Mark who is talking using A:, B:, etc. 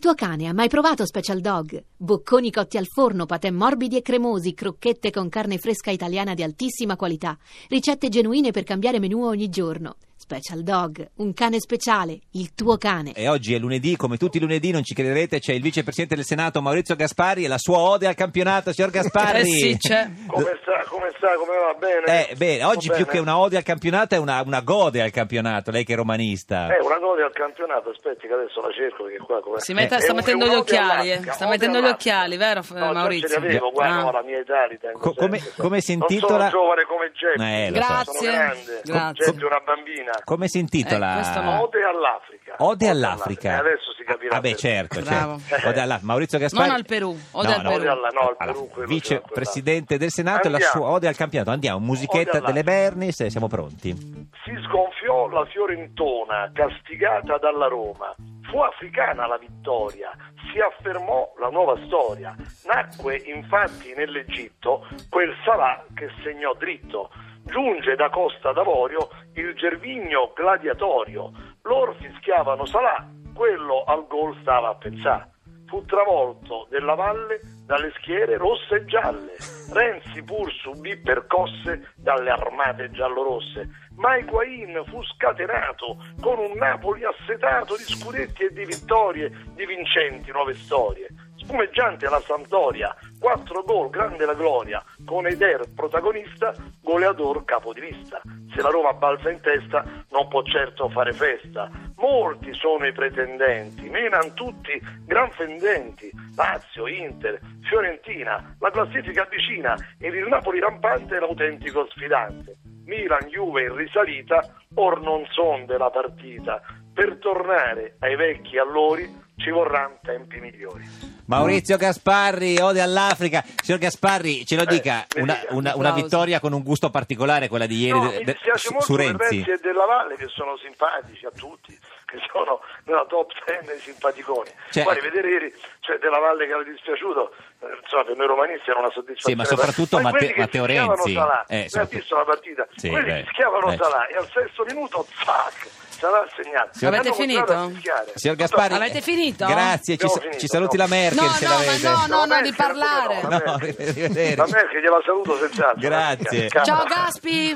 A: tuo cane ha mai provato Special Dog? Bocconi cotti al forno, patè morbidi e cremosi, crocchette con carne fresca italiana di altissima qualità, ricette genuine per cambiare menù ogni giorno. Special Dog, un cane speciale, il tuo cane.
B: E oggi è lunedì, come tutti i lunedì, non ci crederete, c'è il vicepresidente del Senato Maurizio Gasparri e la sua ode al campionato, signor Gasparri.
C: Eh sì, c'è.
D: Come sta, come sta, come va bene?
B: Eh, bene, oggi
D: Va
B: più
D: bene?
B: che una ode al campionato è una, una gode al campionato, lei che è romanista.
D: Eh, una cosa al campionato, aspetti che adesso la cerco perché qua come...
C: Si mette-
D: È
C: sta
D: un-
C: mettendo
D: è un
C: gli
D: odio
C: occhiali,
D: all'Africa,
C: eh. Sta
D: un odio
C: mettendo gli
D: all'Africa.
C: occhiali, vero, f-
D: No, già
C: Maurizio?
D: ce li avevo, guarda,
C: Ah.
D: no, la mia età li tengo
B: Co- come-
D: sempre.
B: come si intitola-
D: Non sono giovane come Geppi,
B: Eh, lo so.
C: Grazie.
D: sono grande,
C: Grazie.
D: Geppi è una bambina.
B: Come si
C: Eh, questo
B: intitola?
C: no.
D: Ode all'Africa.
B: Ah. Ode all'Africa.
D: E Eh, adesso si capirà.
B: Ah, beh,
D: perché.
B: certo,
C: Bravo.
B: certo. Ode all'Africa. Maurizio Gasparri.
C: Non al Perù, ode al Perù.
D: Ode alla- no, al
B: Allora,
D: Perù, quello
B: vicepresidente del Senato e la
D: Andiamo.
B: sua ode al campionato. Andiamo, musichetta
D: all'Africa.
B: delle Bernis, e siamo pronti.
D: Si sgonfiò la Fiorentona, castigata dalla Roma. Fu africana la vittoria, si affermò la nuova storia. Nacque infatti nell'Egitto quel Salah che segnò dritto. Giunge da Costa d'Avorio il Gervigno gladiatorio. Loro fischiavano Salah, quello al gol stava a pensare. Fu travolto della valle dalle schiere rosse e gialle. Renzi pur subì percosse dalle armate giallorosse, ma Higuain fu scatenato con un Napoli assetato di scudetti e di vittorie, di vincenti nuove storie. Spumeggiante la Sampdoria, quattro gol, grande la gloria, con Eder protagonista, goleador capo di lista. Se la Roma balza in testa non può certo fare festa. Molti sono i pretendenti, menan tutti gran fendenti. Lazio, Inter, Fiorentina, la classifica vicina ed il Napoli rampante è l'autentico sfidante. Milan, Juve in risalita, or non son della partita. Per tornare ai vecchi allori ci vorranno tempi migliori.
B: Maurizio Gasparri, ode all'Africa. Signor Gasparri, ce lo
D: Eh,
B: dica,
D: mi
B: una,
D: dica.
B: una- una
C: Applausi.
B: vittoria con un gusto particolare, quella di ieri
D: No,
B: de-
D: mi
B: de-
D: dispiace
B: su-
D: molto
B: su
D: per
B: Renzi.
D: Renzi e Della Valle che sono simpatici a tutti, che sono nella top 10 dei simpaticoni.
B: Cioè-
D: Poi rivedere ieri cioè, Della Valle che era dispiaciuto, eh, insomma per noi romanisti era una soddisfazione.
B: Sì, ma soprattutto
D: Ma
B: Matte-
D: quelli che
B: Matteo
D: fischiavano
B: Renzi.
D: Salà,
B: Eh,
D: lei ha
B: soprattutto-
D: visto la partita,
B: Sì,
D: quelli
B: beh,
D: che fischiavano
B: eh.
D: Salà e al sesto minuto, zac, Salà ha segnato.
B: Signor-
D: Hanno
C: Avete
D: continuato a
C: finito?
D: fischiare.
B: Signor Gasparri,
C: Avete finito?
B: Grazie, ci,
D: Abbiamo
B: sa-
D: finito,
B: ci saluti
D: no.
B: la Merkel
C: No,
B: se
C: no,
B: l'avete.
C: ma no, no, di
D: La Merkel, come
C: parlare.
D: no,
B: No,
D: la Merkel.
B: arrivederci.
D: La Merkel gliela saluto senz'altro.
B: Grazie.
D: Ciao,
C: Ciao Gaspi!